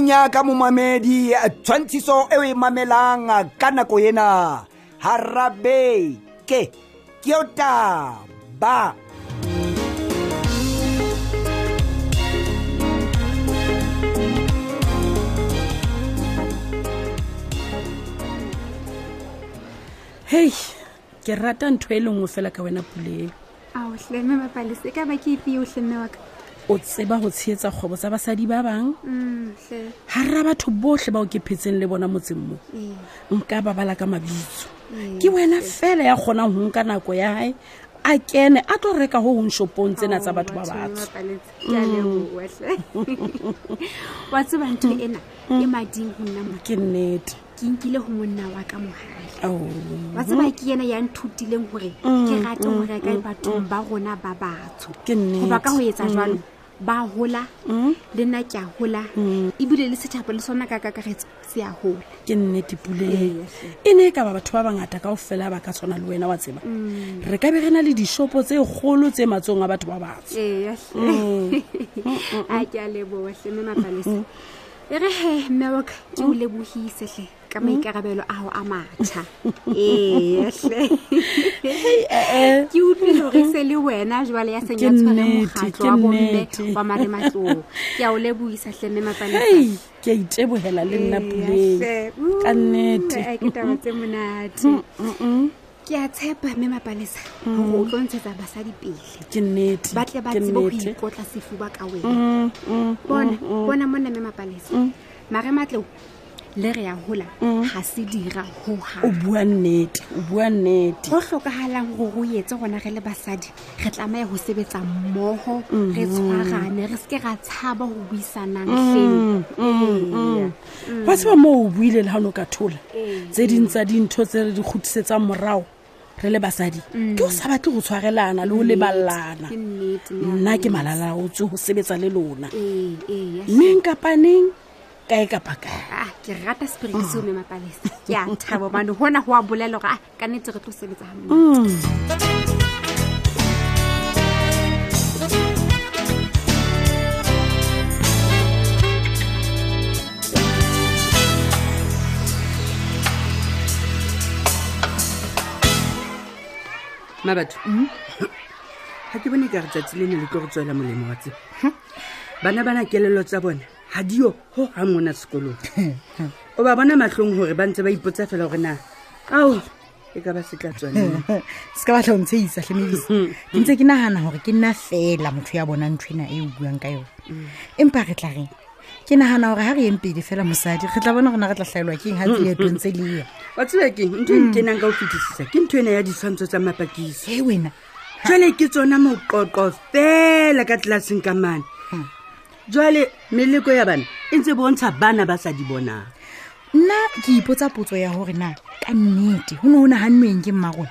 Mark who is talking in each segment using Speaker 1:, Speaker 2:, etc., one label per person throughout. Speaker 1: nyaka momamedi eh, tshwantshiso e o e mamelang ah, ka nako ena harabeke ke o taba
Speaker 2: hei ke rata ntho e lengwe fela ka wena puleo
Speaker 3: ao tleme bapalese ka ba ke ipeo tleme wa ka
Speaker 2: o tseba go tsheetsa kgwebo tsa basadi ba bang
Speaker 3: mhle
Speaker 2: ga rra batho botlhe bao ke phetseng le bona motseng mo
Speaker 3: ee
Speaker 2: nka ba bala ka mabitso
Speaker 3: Mm,
Speaker 2: ke wena fela ya kgonang go nka nako ya gae a kene a tlo reka go gong shopong tsena tsa batho ba batsho Mm.
Speaker 3: batsowatle wa tseba ntho ena
Speaker 2: Mm.
Speaker 3: e mading go nna motho
Speaker 2: ke nnete
Speaker 3: ke nkile go monna wa ka mogale
Speaker 2: Ao.
Speaker 3: wa tseba
Speaker 2: Mm-hmm.
Speaker 3: ke ena ya nthutileng gore
Speaker 2: Mm,
Speaker 3: ke rate go reka bathong ba rona ba batsho
Speaker 2: Ke mm. nnete. Mm.
Speaker 3: goba ka go etsa jalo ba gola le nna ke a gola
Speaker 2: Mm.
Speaker 3: ebile le setšhaba le sona ka kakaretso se a gola
Speaker 2: ke nnete puleng
Speaker 3: Yes.
Speaker 2: e ne e ka ba batho ba bangata kao fela ba ka tshwana le wena wa tseba
Speaker 3: Mm.
Speaker 2: re ka be re na le dishopo tse kgolo tse matsong a batho ba batsho
Speaker 3: eeahle
Speaker 2: Mm,
Speaker 3: a ke a lebohle mme mapalesa e re he mmeoka ke
Speaker 2: Mm.
Speaker 3: o lebogisehle ka maikarabelo a go a matšha eehle
Speaker 2: ee
Speaker 3: ke utlwile gore se le wena jwale ya seng ya
Speaker 2: Ke
Speaker 3: tshware
Speaker 2: nnete,
Speaker 3: mokgatlho
Speaker 2: ke
Speaker 3: wa bomme
Speaker 2: nnete.
Speaker 3: wa marematlong ke a o lebogisahle mme mapalesa
Speaker 2: hei ke a itebogela le nna puleng ka nnete
Speaker 3: Mm,
Speaker 2: Mm.
Speaker 3: ke taba tse monate ke a tshepa mme mapalesa gore o tlo ntshetsa basadi pele
Speaker 2: ke nnete
Speaker 3: ba tle ba
Speaker 2: ke
Speaker 3: tsebe go
Speaker 2: nnete. Mm,
Speaker 3: ikotla sefuba ka wena bona bona monna me mapalesa marematleo le re ya gola ga se dira
Speaker 2: Mm. o
Speaker 3: goga
Speaker 2: bua nnete o bua nnete
Speaker 3: go tlhokagalang gore o etse gona re le basadi re tlamaya go sebetsa mmogo
Speaker 2: Mm,
Speaker 3: re tshwarane re seke ra tshaba go buisanang tleng
Speaker 2: mm,
Speaker 3: Eya.
Speaker 2: wa tseba moo o buile le gano ka thola
Speaker 3: Mm. Ee.
Speaker 2: tse ding tsa dintho tse re di kgotisetsang morago re le basadi ke o sa batle go tshwarelana le go
Speaker 3: Mm.
Speaker 2: leballana
Speaker 3: Ke nnete, mme
Speaker 2: nna
Speaker 3: Mapalesa.
Speaker 2: ke malala o tswe go sebetsa le lona
Speaker 3: Ee, eya.
Speaker 2: neng kapaneng kae kapa kae
Speaker 3: Ah, ke rata seperiti seo me mapalesa ke a thabo mane gona go a bolela gore a ka nnetse re tlo sebetsa ga
Speaker 4: Mm. mabatho ga ke bone ka re tsatsi le ne le tlo go tswela molemo wa tsebo bana bana kelelo tsa bona ga dio go ga mona sekolong o ba bona matlhong gore ba ntse ba ipotsa fela gore na ao e ka ba se tla tswaneng
Speaker 5: se ka batla o ntsheisa tlhemedisa ke ntse ke nagana gore ke nna fela motho ya bonang nthwena e o buang ka yone empa re tla reng ke nagana gore ga re yeng pedi fela mosadi re tla bona gona re tla tlhaelwa ke eng ga tseetong tse le ya
Speaker 4: wa tseba keng ntho e ntenang ka go fetisisa ke ntho ena ya ditshwantsho tsa mapakiso
Speaker 5: e wena
Speaker 4: jale ke tsona moqoqo fela ka tlelaseng ka mane jale meleko ya bana e ntse bontsha bana ba sa di bonang
Speaker 5: nna ke ipotsa potso ya gore na ka nnete go ne go naganweng ke mmarona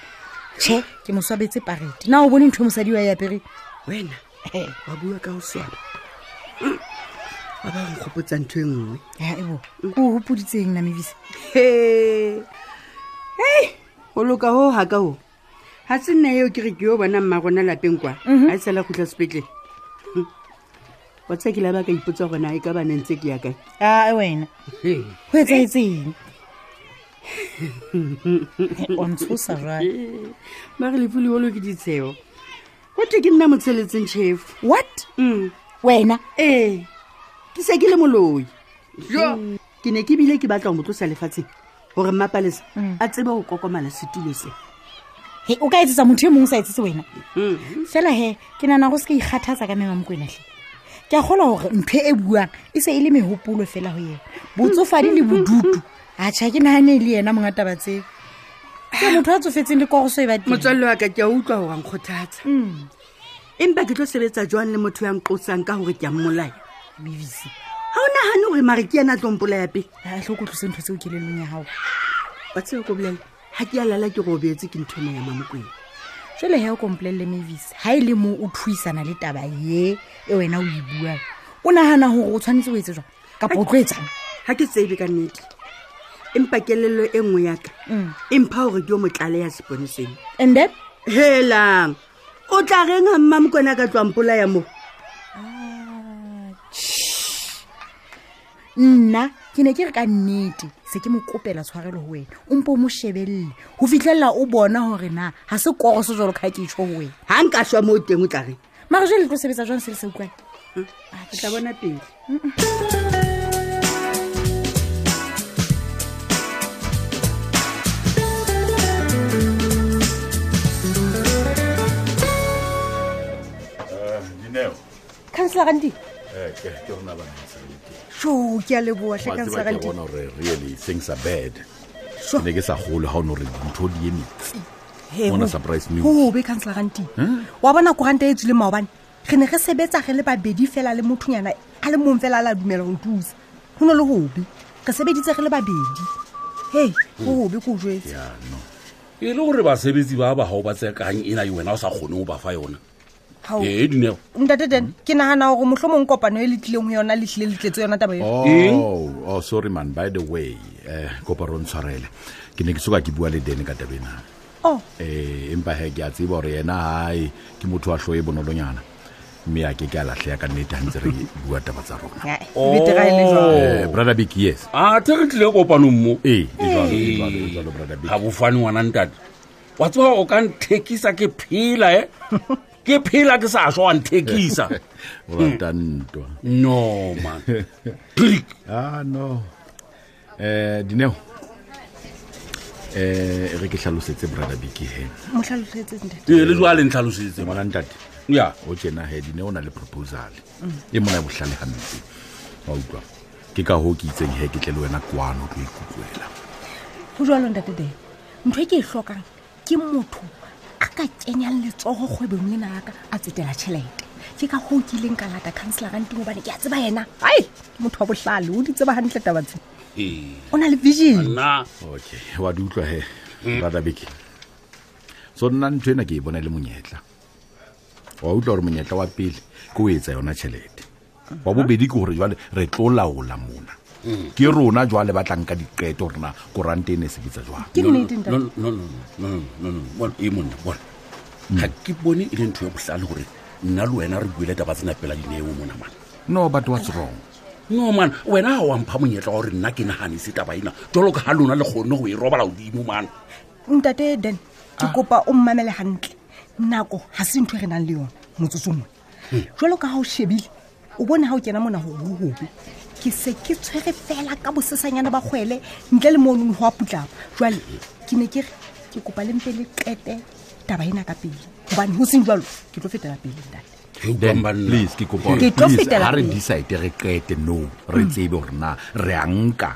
Speaker 5: tšhe ke moswabetse parete na o bone ntho e mosadi wa e apere
Speaker 4: wena
Speaker 5: Eh,
Speaker 4: wa bua ka go swaba wa ba nkgopotsa ntho e nngwe
Speaker 5: ya ebo ko o gopoditseng namebisa
Speaker 4: hei go loka go ga ka go ga se nna eo ke re ke yo bona mmarona lapeng kwa ga e sala kgutlha sepetlele Hm. wa tsa ke la ba ka ipotsa gona e ka bane ntse ke ya kae
Speaker 5: a e wena
Speaker 4: Hei.
Speaker 5: go etsaetseng o ntshosa jale
Speaker 4: ba re lefu leolo ke ditsheo gote ke nna motsheletseng chefo
Speaker 5: what
Speaker 4: Mm.
Speaker 5: wena
Speaker 4: ee Eh, ke se ke le moloi jo ke ne ke bile ke batla go motlosa lefatsheng gore mmapalesa
Speaker 6: Mm.
Speaker 4: a tsebe go kokomala setulo se
Speaker 5: he o ka etsetsa motho e mongwe o sa etsetse wena
Speaker 4: Mm.
Speaker 5: fela he ke nana go se ka ikgathatsa ka mema mokoenatlhe ke a gola gore ntho e buang e se e le megopolo fela go ena botsofadi le bodutu atšha ke nagane e le ena monga taba tseo ke motho a tsofetseng le kogoso e ba teng
Speaker 4: motswalle wa ka ke a utlwa go wankgothatsa empa ke tlo sebetsa jwang le motho ya nqosang ka gore ke a mmolaya
Speaker 5: bbc
Speaker 4: ga o nagane gore mare ke yana a tlompolaya pele
Speaker 5: atlhe o kotlose ntho tseo kelelong ya gago
Speaker 4: wa tseba ko bolela ga ke a lala ke robetse ke nthone ya mamokweng
Speaker 5: jale he o kompolelele mavis ga e le moo o thuisana le taba ye e wena o e buang o nagana gore o tshwanetse o etse jang kapa o tlo etsang
Speaker 4: ga ke tsebe ka nnete empa kelelo e nngwe yaka e mpha gore ke yo motlale ya sepone seno
Speaker 5: and then
Speaker 4: helang o tla reng ga mmamokwena a ka tlwampolaya mo
Speaker 7: nna ke ne ke re ka nnete se ke mo kopela tshwarelo ho wena o mpo o mo shebelele ho fitlhelela o bona hore na ga se koro se jalo ka ke tsho ho wena
Speaker 4: ga nka swa mo o teng o tla reng
Speaker 7: mare jale le tlo sebetsa jwang se le sa utlwane
Speaker 4: o tla bona pele
Speaker 8: dineo
Speaker 7: councelarandi
Speaker 8: eh, ke ke rona banaseatseba
Speaker 7: sho ke a leboatlhe
Speaker 8: ke a
Speaker 7: councelarandi
Speaker 8: bona gore really things are bad
Speaker 7: Sure.
Speaker 8: Ke ne ke sa golo ga o ne gore dintho di eme tsi. Bona surprise news. Hm?
Speaker 7: gobe councelaranteng wa bona koranta e tswile maobane re ne re sebetsa re le babedi fela le mothonyana a le mong fela a le a dumela go tusa go ne le gobe re sebeditse re le babedi hei go gobe ko jetse
Speaker 8: Yeah, no. e le gore basebetsi ba bagao ba tsekang ena e wena o sa kgone go ba fa yona ee dineo
Speaker 7: ntate ten ke nagana gore motlho mong kopano e letlileng go yona letlile letletse yona taba eo
Speaker 8: Oh, oh, sorry man by the way um kopa ro ntshwarele ke ne ke soka ke bua le dene ka tabenang
Speaker 7: o
Speaker 8: um empa he ke a tseba gore yena gae ke motho wa tlho e bonolonyana mme a ke ke a latlhea ka nnete gantse re bua taba tsa rona
Speaker 7: e beteraele jwa
Speaker 8: Eh, brother big yes
Speaker 9: Oh. a te re tlile kopanong mo
Speaker 8: ee e jwalo, e jwalo, e jwalo, brother Big.
Speaker 9: ga bofane ngwana ntate wa tseba o ka nthekisa ke phela e ke phela ke sa swa wa nthekisa
Speaker 8: o rata ntwa
Speaker 9: no man Click.
Speaker 8: ah no um dineo um re ke tlhalosetse brother big he
Speaker 7: motlhalosetse ntate
Speaker 9: ee le jwa le ntlhalosetse
Speaker 8: ngwana ntate
Speaker 9: ya
Speaker 8: o tjena he dineo o na le proposal e mona e bohlale hampe wa utlwa ke ka hoo ke itseng he ke tle le wena kwano o tlo ikutlwela
Speaker 7: go jalo ntate ten ntho e ke e tlhokang ke motho a ka kenyang letsogo kgwebong le naaka a tsetela tšhelete ke ka go kileng ka lata councelaranteng obane ke a tseba yena ai ke motho wa botlhale o di tseba gantle tabatse
Speaker 9: ee
Speaker 7: o na le vision
Speaker 9: nna
Speaker 8: okay wa di utlwa he brother big so nna ntho ena ke e bona e le monyetla wa utlwa gore monyetla wa pele ke o etsa yona tšhelete wa bobedi ke gore jwale re tlo laola mona ke rona jwale ba tlang ka diqeto gorena korante e ne e sebetsa jwang
Speaker 7: ke nnete
Speaker 9: No, no,
Speaker 7: ntate
Speaker 9: no, no, no, no, no, bona, ee monna bona
Speaker 8: Hmm.
Speaker 9: ga ke bone e le ntho ya botlhale gore nna le wena re buile taba tsena pela dineo mona mana
Speaker 8: no but what's wrong
Speaker 9: no man wena ga wampha monyetla wa gore nna ke naganese taba ena jalo ka ga lona le kgonne go e robala godimo mana
Speaker 7: ntate den ke kopa o mmamele gantle nako ga se ntho e re nang le yone motsotso mone jalo ka ga o shebile o bone ga o kena mona gore o gobe ke se ke tshwere fela ka bosesanyana ba kgwele ntle le monono go a putlama jale ke ne ke re ke kopa le mpe le qete taba ena ka pele gobane go seng jalo ke tlo fetela pele ntate
Speaker 8: then please ke kopa hore
Speaker 7: Ke tlo
Speaker 8: please,
Speaker 7: fetela
Speaker 8: ha re
Speaker 7: pele. Mm.
Speaker 8: decide re qete no re tsebe gore na re a nka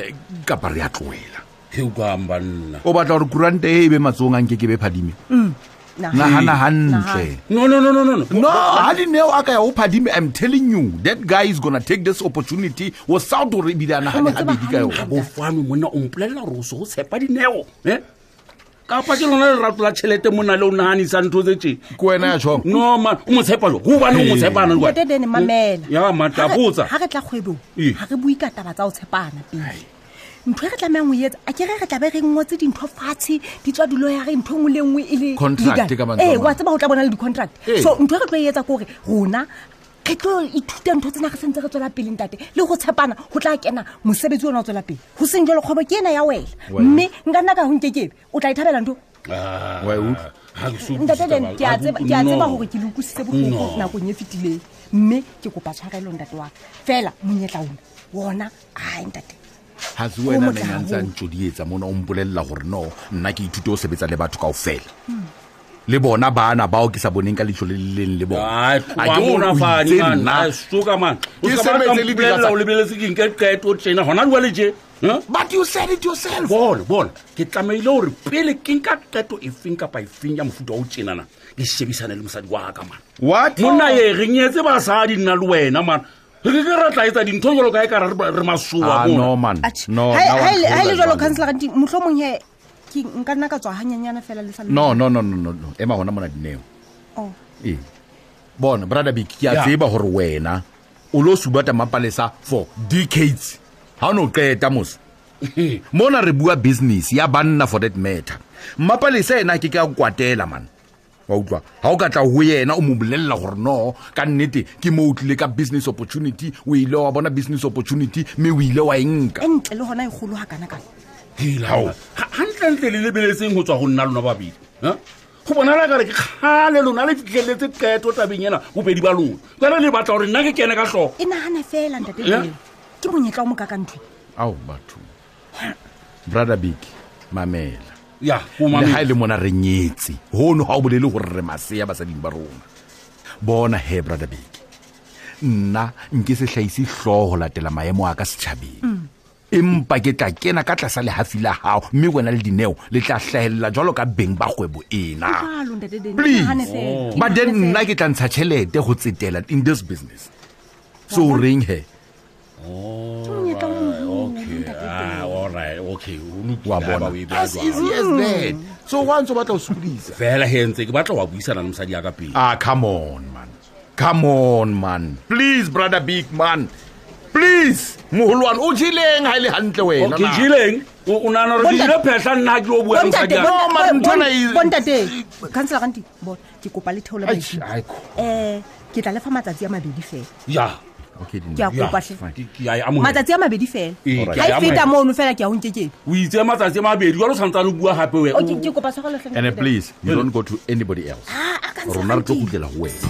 Speaker 8: eh, kapa re a tloela
Speaker 9: kgang banna
Speaker 8: o batla gore kurante e e be matsong a nke ke be phadime
Speaker 7: Mm.
Speaker 8: nagana gantle
Speaker 9: no no no no no no
Speaker 8: no ha dineo a ka ya go phadime i'm telling you that guy is gonna take this opportunity wa south gore ebile a nagane gabedi ka
Speaker 9: ka
Speaker 8: yona
Speaker 9: bofame monna o mpolelela gore o se go tshepa dineo e kapa ke lona lerato la tšhelete monna le o naganisa ntho tse tse
Speaker 8: ke wena ya tšhong
Speaker 9: no man o mo tshepa jo gobane o mo tshepana le
Speaker 7: ntate den mamela
Speaker 9: ya matla
Speaker 7: Ha re-
Speaker 9: botsa
Speaker 7: ha re tla kgwebong
Speaker 9: Ee.
Speaker 7: ga re bue ka taba tsa go tshepana pele ntho e re tlamehang o etsa a kere re tlabe re ngwetse dintho fatshe di tswa dilo ya re ntho e nngwe le nngwe e le
Speaker 8: Contract
Speaker 7: legal.
Speaker 8: ka mantswe a
Speaker 7: ee
Speaker 8: mang.
Speaker 7: wa tseba go tla bona le di-contract
Speaker 8: Ee.
Speaker 7: so ntho e re tlo e etsa ke gore rona re tlo ithuta ntho tsena re sentse re tswela pele ntate le go tshepana go tla kena mosebetsi ona o tswela pele go seng jalo kgwebo ke ena ya wela
Speaker 8: Wena.
Speaker 7: mme nka nna ka go nkekebe o tla e thabela ntho
Speaker 9: Ah,
Speaker 8: wa e utlwa
Speaker 7: ntate den ke a tseba ke a tseba gore ke le utlwisitse
Speaker 9: No.
Speaker 7: botlhoko nakong e fetileng mme ke kopa tshwarelo ntate wa ka. fela monyetla one wona ai ntate
Speaker 8: ga se
Speaker 7: o
Speaker 8: wena
Speaker 7: motle
Speaker 8: neng a ntse a ntsodietsa mona o mpolelela gore no nna ke ithute o sebetsa le batho kao fela le bona bana bao ke sa boneng ka leitlho le le leng le bona Ha ke hore o itse nna- Ke sebetse le dira tsa-
Speaker 9: o lebeletse keng ke qeto tena gona dua le je
Speaker 8: but you said it yourself
Speaker 9: bone bone ke tlamehile gore pele ke nka qeto efeng kapa efeng ya mofuta o tenana ke shebisane le mosadi wa ka mana
Speaker 8: what
Speaker 9: monna ye re nyetse basadi nna le wena mana re ke ke ra tlaetsa dintho jalo kae ka ra re masoa
Speaker 8: ah, no man no now I'm
Speaker 7: ga
Speaker 8: cold
Speaker 7: e le jalo
Speaker 8: as well.
Speaker 7: councelarante motlho mongwe ke nka nna ka tswa ganyanyana fela le sa le-
Speaker 8: no no no no no no. ema gona mona dineo
Speaker 7: Oh.
Speaker 8: ee bona brother big ke a
Speaker 9: Yeah.
Speaker 8: tseba gore wena o lo subata mapalesa for decades ga o ne o qeta moso mona re bua business ya banna for that matter mmapalesa ena ke ke a o kwatela man wa utlwa ga o ka tla go yena o mo bolelela gore no ka nnete ke mo o tlile ka business opportunity o ile wa bona business opportunity mme o ile wa e nka
Speaker 6: e ntle le gona e golo ga kanakana
Speaker 9: helao gantlentle le lebeletseng go tswa go nna lona babedi ha? go bonala kare ke kgale lona le fitlheletse keto tabeng ena bobedi ba lona jale le batla gore nna ke kene ka tlhogo
Speaker 6: e nagana fela ntate
Speaker 9: Yeah.
Speaker 6: Pelo. ke monyetla o mo ka ka ntho e.
Speaker 8: ao batho brother big mamela
Speaker 9: ya
Speaker 8: le
Speaker 9: omamele
Speaker 8: ga e le mona re nyetse gono ga o bolele gore re masea basading ba rona bona he brother big nna nke se tlhaise tlhogo latela maemo a ka
Speaker 6: Mm.
Speaker 8: setšhabeng empa ke tla kena ka tlasa lehafi la gago mme wena le dineo le tla tlhagelela jalo ka beng ba kgwebo ena
Speaker 6: alo ntate Dene,
Speaker 8: Please.
Speaker 6: Ah, nahane fela.
Speaker 8: but then nna ke tla ntsha tšhelete go tsetela in this business so o reng he Wa bona.
Speaker 9: e
Speaker 8: as easy as that so wa ntse o batla go sokodisa
Speaker 9: fela he ntse ke batla wa buisana le mosadi ya ka pele
Speaker 8: Ah, come on, man. Come on, man. Please, brother big man. Please. Moholwane o jileng ha ile hantle wena.
Speaker 9: Oh, ke
Speaker 8: na?
Speaker 9: jeleng o nagana gore ke
Speaker 6: Bontate-
Speaker 9: jile phetlha nna ha ke lo bua le mosadi ya ka?
Speaker 8: No, man, nthwena e-
Speaker 6: bontate kansela ganti bona ke kopa le theole
Speaker 8: Ai,
Speaker 6: maikutlo
Speaker 8: ai, ko-
Speaker 7: Eh,
Speaker 6: um ke tla lefa matsatsi a mabedi fela
Speaker 9: ya
Speaker 8: Okay, Dineo.
Speaker 6: ke a
Speaker 9: ya,
Speaker 6: kopa hle
Speaker 9: ke- ke- ya, ya, amohela.
Speaker 6: matsatsi a mabedi fela
Speaker 9: Ee, ke
Speaker 6: ga
Speaker 9: ya
Speaker 6: e feta
Speaker 9: amohela.
Speaker 6: mono fela ke a onkekeng
Speaker 9: o itse matsatsi a mabedi jalo o santsane o bua gape
Speaker 6: o
Speaker 7: Oh,
Speaker 6: ke ke kopa tshwarelo hle,
Speaker 8: And uh,
Speaker 6: ntate.
Speaker 8: please, you don't go to anybody else.
Speaker 6: Ah, ah, Kansela
Speaker 8: Rona re tlo
Speaker 6: Ganti.
Speaker 8: go dira ho wena.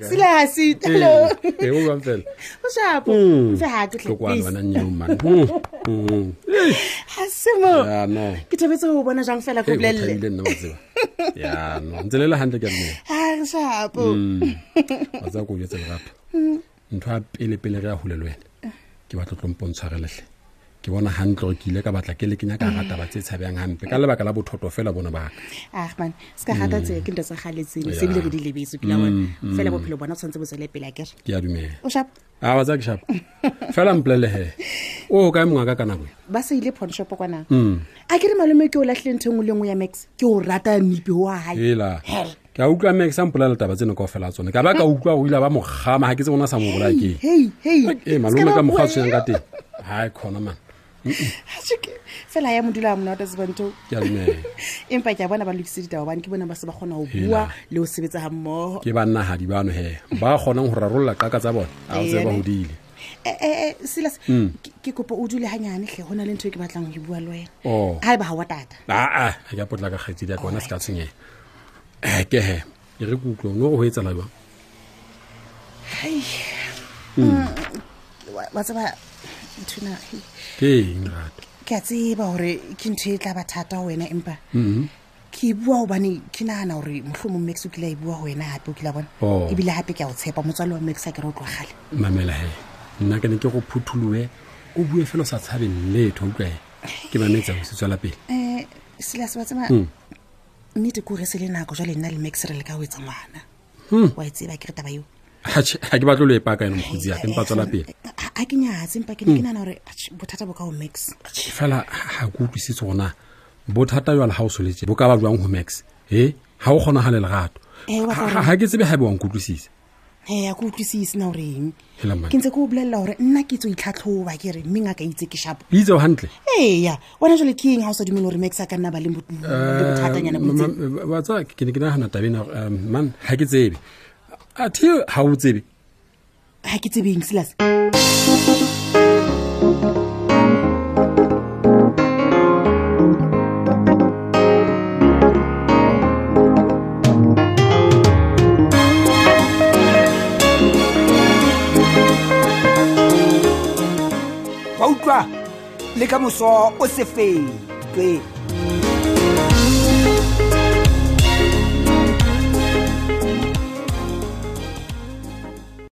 Speaker 6: Selasi, hello.
Speaker 9: wena
Speaker 6: o shapo ntse ha ke tle please ha se mo
Speaker 10: Ya, no.
Speaker 6: ke thabetse ho o bona jang fela
Speaker 10: Hey, o
Speaker 6: ko bolelle
Speaker 10: thabile nna wa tseba. Ya, no, ntse le le hantle ka nnete.
Speaker 6: ha shapo
Speaker 10: Wa tseba ko o jwetse gape. ntho ya pele-pele re ya hole le wena ke batla tlompong tshwareletlhe ke bona gantle gore ke ile ka batla ke le kenya ka rataba tse tshabeyang gampe ka lebaka la bothoto fela bona baka
Speaker 6: ah man se
Speaker 4: Mm.
Speaker 6: ka gata tse ke ntse tsa galetseng se bile re di lebetse ke la bona fela bophelo bona tshwantse bo tswele pele akere
Speaker 10: ke a dumela
Speaker 6: o shapo
Speaker 10: a wa tsaya ke shapa fela mpolelege o kae mongaka ka nako e?
Speaker 6: ba se ile pawn shop kwana a ke re malome ke o latlhile ntho engwe le ngwe ya max ke o rata nipi wa hae
Speaker 10: ela ke a utlwa mme ke sa mpolela letaba tseno kao fela tsone ka ba ka utlwa o ile a ba mokgama ga ke tse bona sa mo bolaya keng
Speaker 6: hey hey
Speaker 10: ee malome ka mokgwa a tshwenyang ka teng ga e kgona man
Speaker 6: Atjhe, fela ya modula a monate sebantho
Speaker 10: ke a dumela
Speaker 6: empa ke a bona ba lokise ditaba bane ke bona ba se ba kgona go bua le go sebetsa ga mmogo
Speaker 10: ke bannagadi bano he ba kgonang go rarolola qaka tsa bone a o tse ba godile
Speaker 6: E, selas ke- ke kopa o dule ganyane tlhe go na le ntho e ke batlang go bua le
Speaker 10: Oh.
Speaker 6: wena ga e ba ga wa tata
Speaker 10: aa ga ke a potla ka kgaitsedi aka ona se ka tshwenyega um ke he e re kutlwa no go go etsela jang
Speaker 6: Wa- wa tseba nthona hei,
Speaker 10: ke eng rato
Speaker 6: ke a tseba gore ke ntho e tla ba thata ho wena empa ke e bua gobane ke nagana gore motlhomong max o kile a e bua go wena gape o kile a bona
Speaker 10: Oh.
Speaker 6: ebile gape ke a o tshepa motswale wa max a ke re o tlwagale
Speaker 10: mamela he nna ke ne ke go phutholoe o bue fela o sa tshabeng letho utlwae ke mametsa go se tswela pele
Speaker 6: um selas wa tseba nnete ko rese le nako jale nna le max re le ka o etsa ngwana wa e tseba ke re taba eo
Speaker 10: Atjhe, ga ke batle le e paka ene mokgotsi yake mpa tswela pele
Speaker 6: a a ke nyatse empa ke ne ke nagana gore bothata bo ka o max
Speaker 10: Atjhe, fela ga ke utlwisitse gona bothata jwa le ga o soletse bo ka ba jwang go max e ga o kgonagale legato
Speaker 6: Eh, o batla hore-
Speaker 10: ga ke tsebe ga e be wa nkutlwisisa
Speaker 6: ee a ke utlwisise na goreng
Speaker 10: Hela mane.
Speaker 6: ke ntse ke o bolelela gore nna ke tso itlhatlhoba ke re mmeng a ka itse ke shapo
Speaker 10: le itse o gantle
Speaker 6: eya wena jale ke eng ga o sa dumele gore max a ka nna ba le bot- le bothatanyana bo itseng
Speaker 10: watsa ke ne ke nagana tabena man ga ke tsebe athe ga o tsebe
Speaker 6: ga ke tsebeng selas
Speaker 1: wa utlwa le ka moso o se fetwe